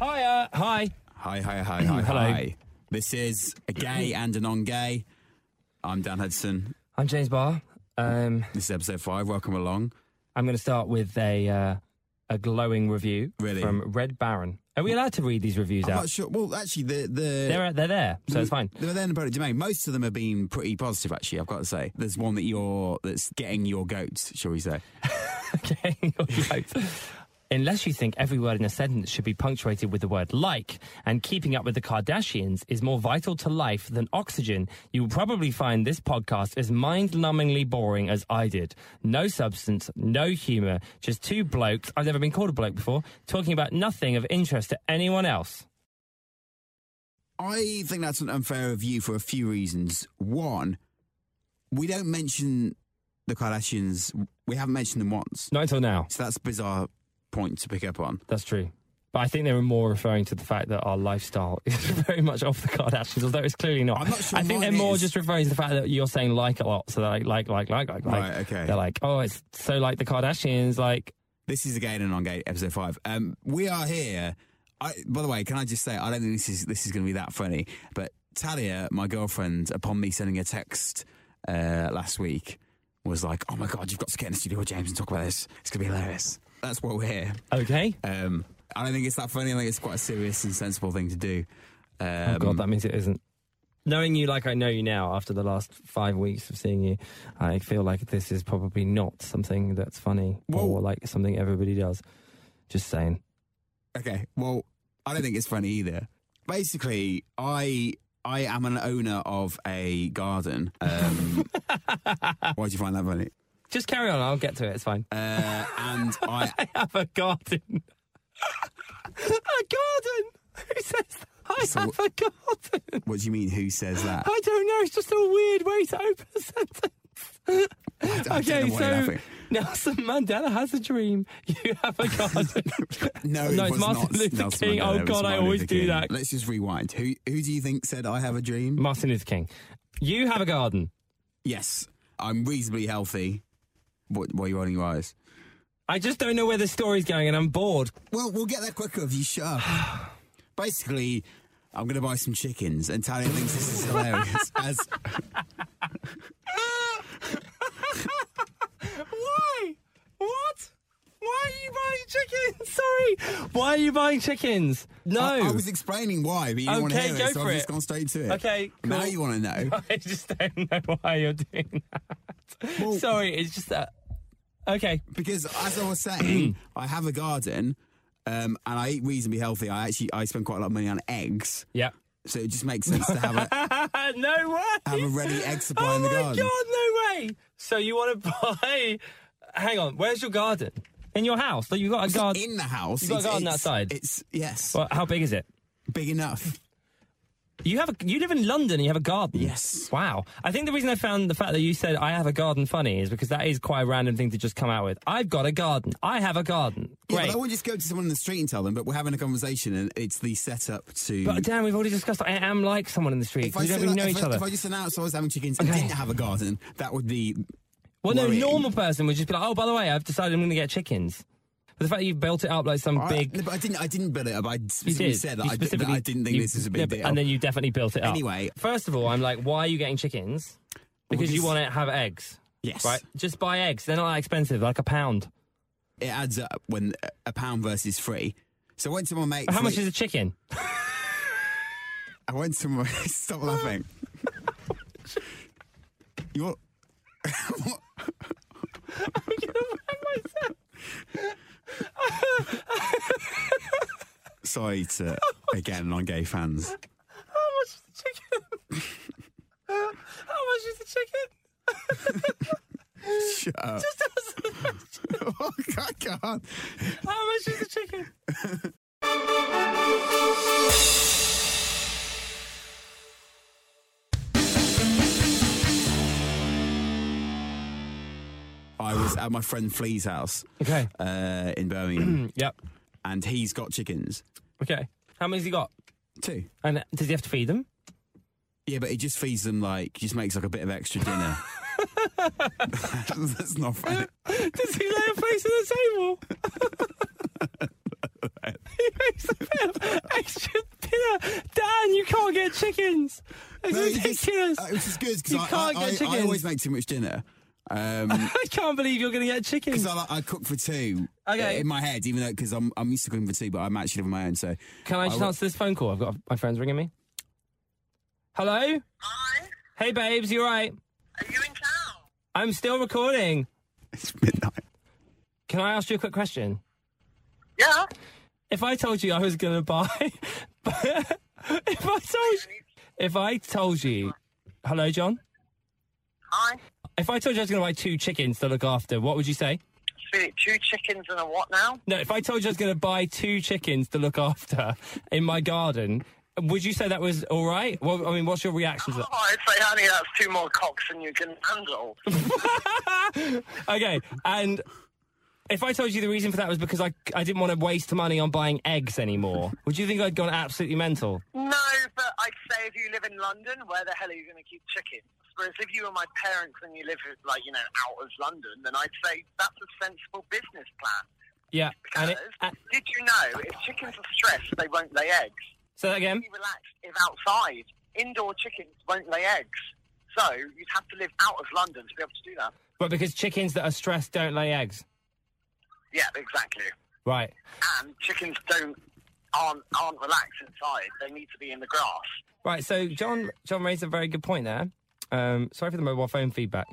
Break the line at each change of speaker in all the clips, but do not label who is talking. Hiya. Hi.
Hi, hi, hi, hi,
Hello.
hi. This is a gay and a non-gay. I'm Dan Hudson.
I'm James Barr. Um,
This is episode five. Welcome along.
I'm going to start with a uh, a glowing review
Really?
from Red Baron. Are we allowed to read these reviews
I'm
out?
not sure. Well, actually, the the
They're they're there, so it's fine.
They're then about domain. Most of them have been pretty positive, actually. I've got to say. There's one that you're that's getting your goats, shall we say?
Okay. All right. Unless you think every word in a sentence should be punctuated with the word like, and keeping up with the Kardashians is more vital to life than oxygen, you will probably find this podcast as mind numbingly boring as I did. No substance, no humour, just two blokes, I've never been called a bloke before, talking about nothing of interest to anyone else.
I think that's an unfair review for a few reasons. One, we don't mention the Kardashians. We haven't mentioned them once,
Not until now.
so that's a bizarre point to pick up on.
That's true. But I think they were more referring to the fact that our lifestyle is very much off the Kardashians, although it's clearly not.
I'm not sure
I think
mine
they're more
is.
just referring to the fact that you're saying like a lot. So they're like, like, like, like, like, like.
Right, okay.
They're like, oh, it's so like the Kardashians. Like,
This is again and on gate episode five. Um, we are here. I, by the way, can I just say I don't think this is this is going to be that funny. But Talia, my girlfriend, upon me sending a text uh, last week, was like, "Oh my god, you've got to get in the studio, with James, and talk about this. It's going to be hilarious." That's what we're here.
okay.
Um, I don't think it's that funny. I think it's quite a serious and sensible thing to do. Um,
oh, God, that means it isn't. Knowing you like I know you now after the last five weeks of seeing you, I feel like this is probably not something that's funny
Whoa.
or like something everybody does. Just saying.
Okay. Well, I don't think it's funny either. Basically, I I am an owner of a garden. Um, why do you find that funny?
Just carry on. I'll get to it. It's fine.
Uh, and I
I have a garden. a garden? Who says that? I
So-
have a garden?
what do you mean? Who says that?
I don't know. It's just a weird way to open a sentence.
I don't know
okay,
why you're
so
laughing.
Nelson Mandela has a dream. You have a garden.
No,
No,
it
it's
was
Martin
not
Luther
Nelson
King.
Mandela,
Oh,
it was
God, I
Martin
always
Luther
do
King.
that.
Let's just rewind. Who who do you think said I have a dream?
Martin Luther King. You have a garden.
yes, I'm reasonably healthy. What, why are you rolling your eyes?
I just don't know where the story's going, and I'm bored.
Well, we'll get there quicker if you shut up. Basically, I'm going to buy some chickens, and Talia thinks this is hilarious. As
Why? What? Why are you buying chickens? Sorry. Why are you buying chickens? No.
I, I was explaining why, but you don't want to
Oh. Okay,
hear
go
it, so
for
I've just
it.
gone straight to it.
Okay,
Now
cool.
you want to know.
I just don't know why you're doing that.
Well-
Sorry, it's just that. Okay.
Because as I was saying, I have a garden, um, and I eat reasonably healthy. I actually I spend quite a lot of money on eggs,
Yeah.
so it just makes sense to have a,
no way.
have a ready egg supply
oh
in the
my
garden.
god, no way. So you want to buy? Hang on. Where's your garden? In your house? So you got a
It's
garden?
in the house.
You've got a
It's-
garden
it's-
outside?
It's yes,
Well, how big is it?
big enough.
You have a, you live in London. and You have a garden.
Yes.
Wow. I think the reason I found the fact that you said I have a garden funny is because that is quite a random thing to just come out with. I've got a garden. I have a garden.
Yeah,
Great.
but I won't just go to someone in the street and tell them. But we're having a conversation, and it's the setup to.
But Dan, we've already discussed. I am like someone in the street.
If
We
I,
don't
said
really
that-
know
if
each
I-
other.
if I just announced I was having chickens and
Okay.
didn't have a garden, that would be.
well, no
worrying.
normal person would just be like, "Oh, by the way, I've decided I'm going to get chickens." But the fact that you've built it up like some big,
I, but I didn't. I didn't build it up. I
you
specifically
did.
said
You
that I, did, that
specifically-
I didn't think
you-
this was a
yeah,
big
but-
deal.
And then you definitely built it up.
Anyway.
first of all, I'm like, why are you getting chickens? Because you
because-
want to have eggs,
yes,
right? Just buy eggs. They're not that expensive, like a pound.
It adds up when a pound versus three. So I went to my mate.
How much is a chicken?
I went to my. Stop
Ah.
laughing. You're. Sorry to again non-gay fans.
How much is the chicken? How much is the chicken?
Shut up. I can't.
How much is the chicken?
I was at my friend Flea's house
Okay. Mm,
uh, in Birmingham,
Yep.
and he's got chickens
Okay. How many's he got?
too.
And uh, does he have to feed them?
Yeah, but he just feeds them like just makes like a bit of extra dinner. That's not funny.
Does he lay a place on the table? he makes the bill. Extra dinner. Dan, you can't get chickens. It's
No, it's just-
ridiculous.
uh, Which is good
You
because I,
can't get
I, I,
chickens.
always make too much dinner. Um,
I can't believe you're going to get chickens.
because I, like- I cook for two. uh,
Okay.
In my head, even though because I'm I'm used to cooking for two, but I'm actually living on my own. So
Can I just
will-
answer this phone call? I've got my friends ringing me. Hello?
Hi,
Hey, babes, you right?
are you in town?
I'm still recording.
it's midnight.
Can I ask you a quick question?
Yeah.
If I told you I was going to buy. if I told you. If I told you. Hello, John?
Hi.
If I told you I was going to buy two chickens to look after, what would you say?
See, two chickens and a what now?
No, if I told you I was going to buy two chickens to look after in my garden, would you say that was all right? Well, I mean, what's your reaction to
Oh, I'd say, honey, that's two more cocks than you can handle.
that? Okay, and if I told you the reason for that was because I, I didn't want to waste money on buying eggs anymore, would you think I'd gone absolutely mental?
no, but I'd say if you live in London, where the hell are you going to keep chickens? Whereas if you were my parents and you live, like, you know, out of London, then I'd say that's a sensible business plan.
Yeah, and it,
Because
uh,
did you know, if chickens are stressed, they won't lay eggs.
say that again.
be relaxed if outside. Indoor chickens won't lay eggs. So you'd have to live out of London to be able to do that.
But because chickens that are stressed don't lay eggs,
Yeah, exactly.
right?
And chickens don't aren't aren't relaxed inside. They need to be in the grass.
Right. So John John raised a very good point there. Um, sorry for the mobile phone feedback.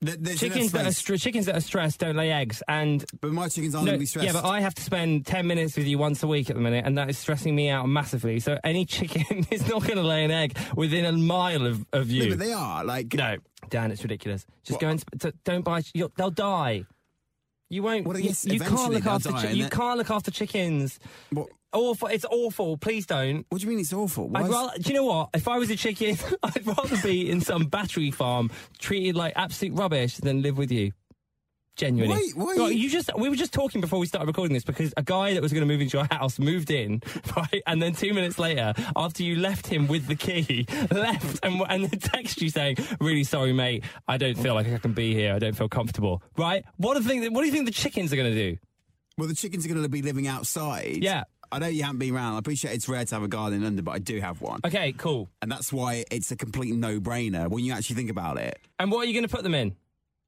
There- there's enough
Chickens that are
space,
str- chickens that are stressed don't lay eggs, and
but my chickens aren't
No,
going to be stressed.
Yeah, but I have to spend 10 minutes with you once a week at the minute, and that is stressing me out massively. So any chicken is not going to lay an egg within a mile of, of
No,
you.
but they are like.
no, Dan, it's ridiculous. Just go and sp- t- don't buy. ch- You'll, they'll die. You won't.
Well,
you-
yes,
you, can't
eventually
look
they'll
after.
die,
chi-
and
you
that-
can't look after chickens.
What,
Awful. It's awful. Please don't.
what do you mean it's awful? Why
I'd
is-
rather, do you know what? If I was a chicken, I'd rather be in some battery farm treated like absolute rubbish than live with you. Genuinely.
Why- why are
Right,
you-
just we were just talking before we started recording this because a guy that was going to move into your house moved in, right? And then two minutes later, after you left him with the key, left and and then text you saying, "Really sorry, mate. I don't feel like I can be here. I don't feel comfortable." Right? What do you think? What do you think the chickens are going to do?
Well, the chickens are going to be living outside.
Yeah.
I know you haven't been around. I appreciate it's rare to have a garden in London, but I do have one.
Okay, cool.
And that's why it's a complete no brainer when you actually think about it.
And what are you going to put them in?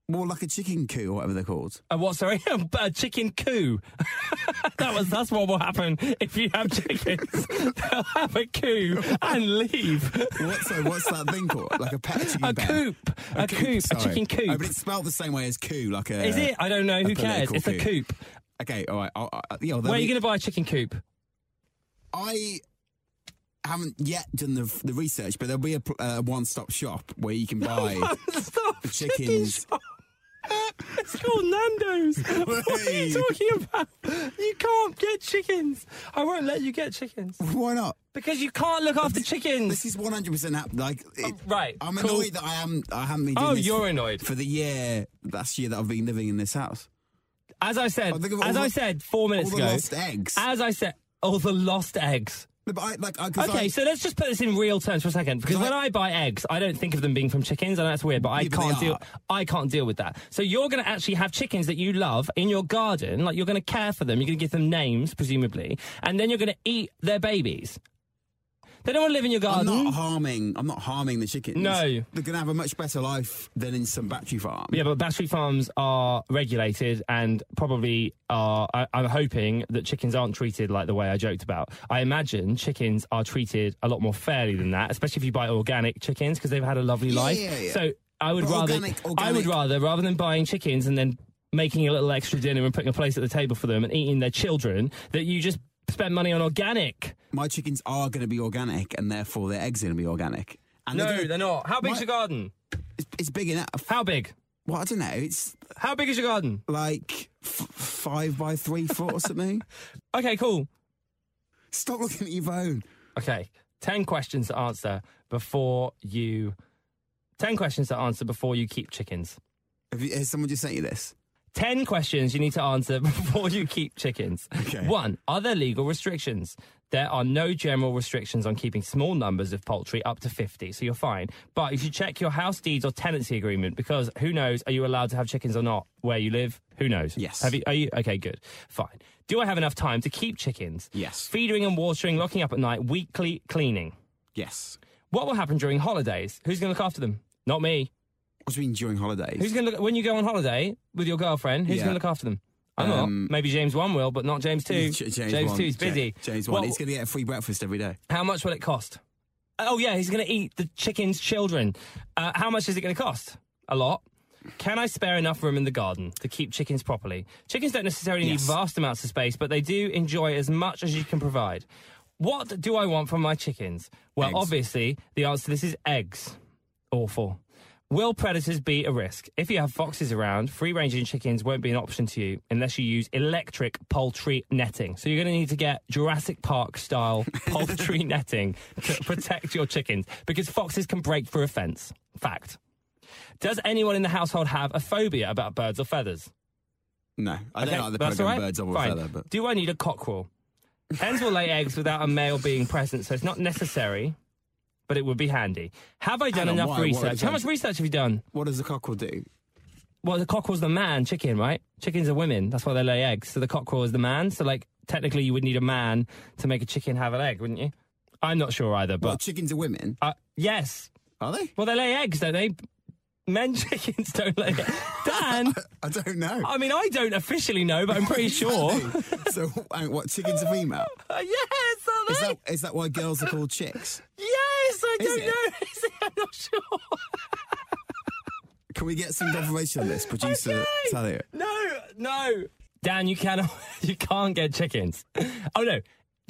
More like a chicken coo or whatever they're called.
A Uh, what? Sorry, a chicken coup. that was that's what will happen if you have chickens. They'll have a coup and leave.
What's, so what's that thing called? Like a pet chicken
A
pen?
coop, a, coop, a
sorry.
chicken coop.
Oh, but it's spelled the same way as coo, like a.
Is it? I don't know. Who cares?
political
It's a
coup.
coop.
Okay, all right. I'll, I, yeah,
Where are you going to buy a chicken coop?
I haven't yet done the, the research, but there'll be a pl- uh, one stop shop where you can buy.
Stop.
chickens.
shop. It's called Nando's. What are
Hey.
you talking about? You can't get chickens. I won't let you get chickens
Why not?
because you can't look after chickens.
This is 100% hap- like it,
Oh, Right,
I'm
cool.
annoyed that I am I haven't been doing
Oh,
this
you're annoyed.
for the year last year that I've been living in this house.
As I said,
I think of all
as
the-
I said four minutes
all the
ago,
lost eggs.
As I said, all the lost eggs.
No, But I, like, I, 'cause
Okay,
I-
so let's just put this in real terms for a second, because
Because
when
I-
I buy eggs, I don't think of them being from chickens, and that's weird. But I
Yeah, but
can't
they
deal.
are.
I can't deal with that. So you're going to actually have chickens that you love in your garden, like you're going to care for them, you're going to give them names, presumably, and then you're going to eat their babies. They don't want to live in your
I'm
garden.
not harming. I'm not harming the chickens.
No.
they're gonna have a much better life than in some battery farm.
Yeah, but battery farms are regulated and probably are. I, I'm hoping that chickens aren't treated like the way I joked about. I imagine chickens are treated a lot more fairly than that, especially if you buy organic chickens because they've had a lovely
Yeah,
life.
yeah, yeah.
So I would
But
rather.
organic-
I would
organic-
rather rather than buying chickens and then making a little extra dinner and putting a place at the table for them and eating their children that you just spend money on organic.
My chickens are gonna be organic, and therefore their eggs are gonna be organic. And they're gonna-
not. How
big's My- your
garden?
It's, it's big enough.
How big?
Well, I don't know. It's
How big is your garden?
like f- five by three foot or something.
Okay, cool.
Stop looking at your phone.
Okay, 10 questions to answer before you. 10 questions to answer before you keep chickens.
Have you, has someone just sent you this?
10 questions you need to answer before you keep chickens.
Okay.
One, are there legal restrictions? There are no general restrictions on keeping small numbers of poultry up to 50, so you're fine. But you should check your house deeds or tenancy agreement because who knows, are you allowed to have chickens or not where you live? Who knows?
Yes.
Have you, are you? Okay, good. Fine. Do I have enough time to keep chickens?
Yes.
Feeding and watering, locking up at night, weekly cleaning.
Yes.
What will happen during holidays? Who's going to look after them? Not me.
What do you mean during holidays?
Who's going to look when you go on holiday with your girlfriend? Who's
Yeah.
going to look after them? I'm
Um,
not. Maybe James one will, but not James two.
J-
James
one.
two's busy.
Ja- James one.
What-
He's going to get a free breakfast every day.
How much will it cost? Oh yeah, he's going to eat the chicken's children. Uh, how much is it going to cost? A lot. Can I spare enough room in the garden to keep chickens properly? Chickens don't necessarily
Yes.
need vast amounts of space, but they do enjoy as much as you can provide. What do I want from my chickens? Well,
Eggs.
obviously, the answer to this is eggs. Awful. Will predators be a risk? If you have foxes around, free ranging chickens won't be an option to you unless you use electric poultry netting. So you're going to need to get Jurassic Park style poultry netting to protect your chickens because foxes can break through a fence. Fact. Does anyone in the household have a phobia about birds or feathers?
No, I
Okay,
don't like the
that's
program
all right.
Birds of a
Fine.
Feather, but
Do I need a cockerel? Hens will lay eggs without a male being present, so it's not necessary, but it would be handy. Have I done
Hang on,
enough
why- what
research? How
exact-
much research have you done?
what does the cockle do?
Well, the cockerel's the man, chicken, right? Chickens are women. That's why they lay eggs. So the cockerel is the man. So, like, technically, you would need a man to make a chicken have an egg, wouldn't you? I'm not sure either,
Well,
but
chickens are women,
uh, yes.
are they?
Well, they lay eggs, don't they? Men chickens don't lay eggs. Dan,
I don't know.
I mean, I don't officially know, but I'm pretty sure. Uh,
so, hang on, what chickens are female?
yes, are they?
Is that is that why girls are called chicks?
Yes, I
Is
don't
it?
know. Is it? I'm not sure.
Can we get some confirmation on this, producer
Okay.
Talia?
No, no. Dan, you cannot. You can't get chickens. Oh no,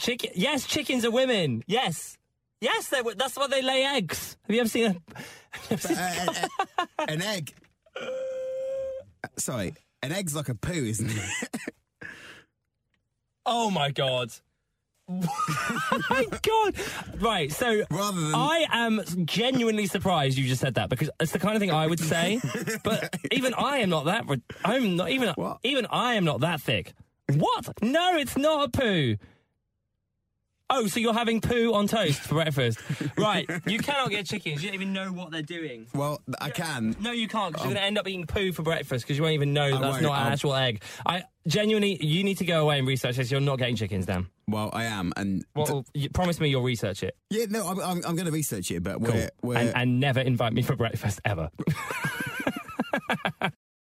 chicken. Yes, chickens are women. Yes, yes. They. were- That's why they lay eggs. Have you ever seen a?
Uh, an- an egg. Sorry, an egg's like a poo, isn't it?
Oh my god. Oh my god. Right. So
Rather than-
I am genuinely surprised you just said that because it's the kind of thing I would say. but even I am not that. re- I'm not even.
What?
Even I am not that thick. What? No, it's not a poo. Oh, so you're having poo on toast for breakfast? Right. You cannot get chickens. You don't even know what they're doing.
Well, I can.
No, you can't because you're going to end up eating poo for breakfast because you won't even know that
Oh. I
that's
won't,
not an
I'll-
actual egg. I genuinely, you need to go away and research this. You're not getting chickens, Dan.
Well, I am, and
What, you promise me you'll research it
yeah, no, I'm, I'm, I'm going to research it, but we're, we're
and, and never invite me for breakfast ever.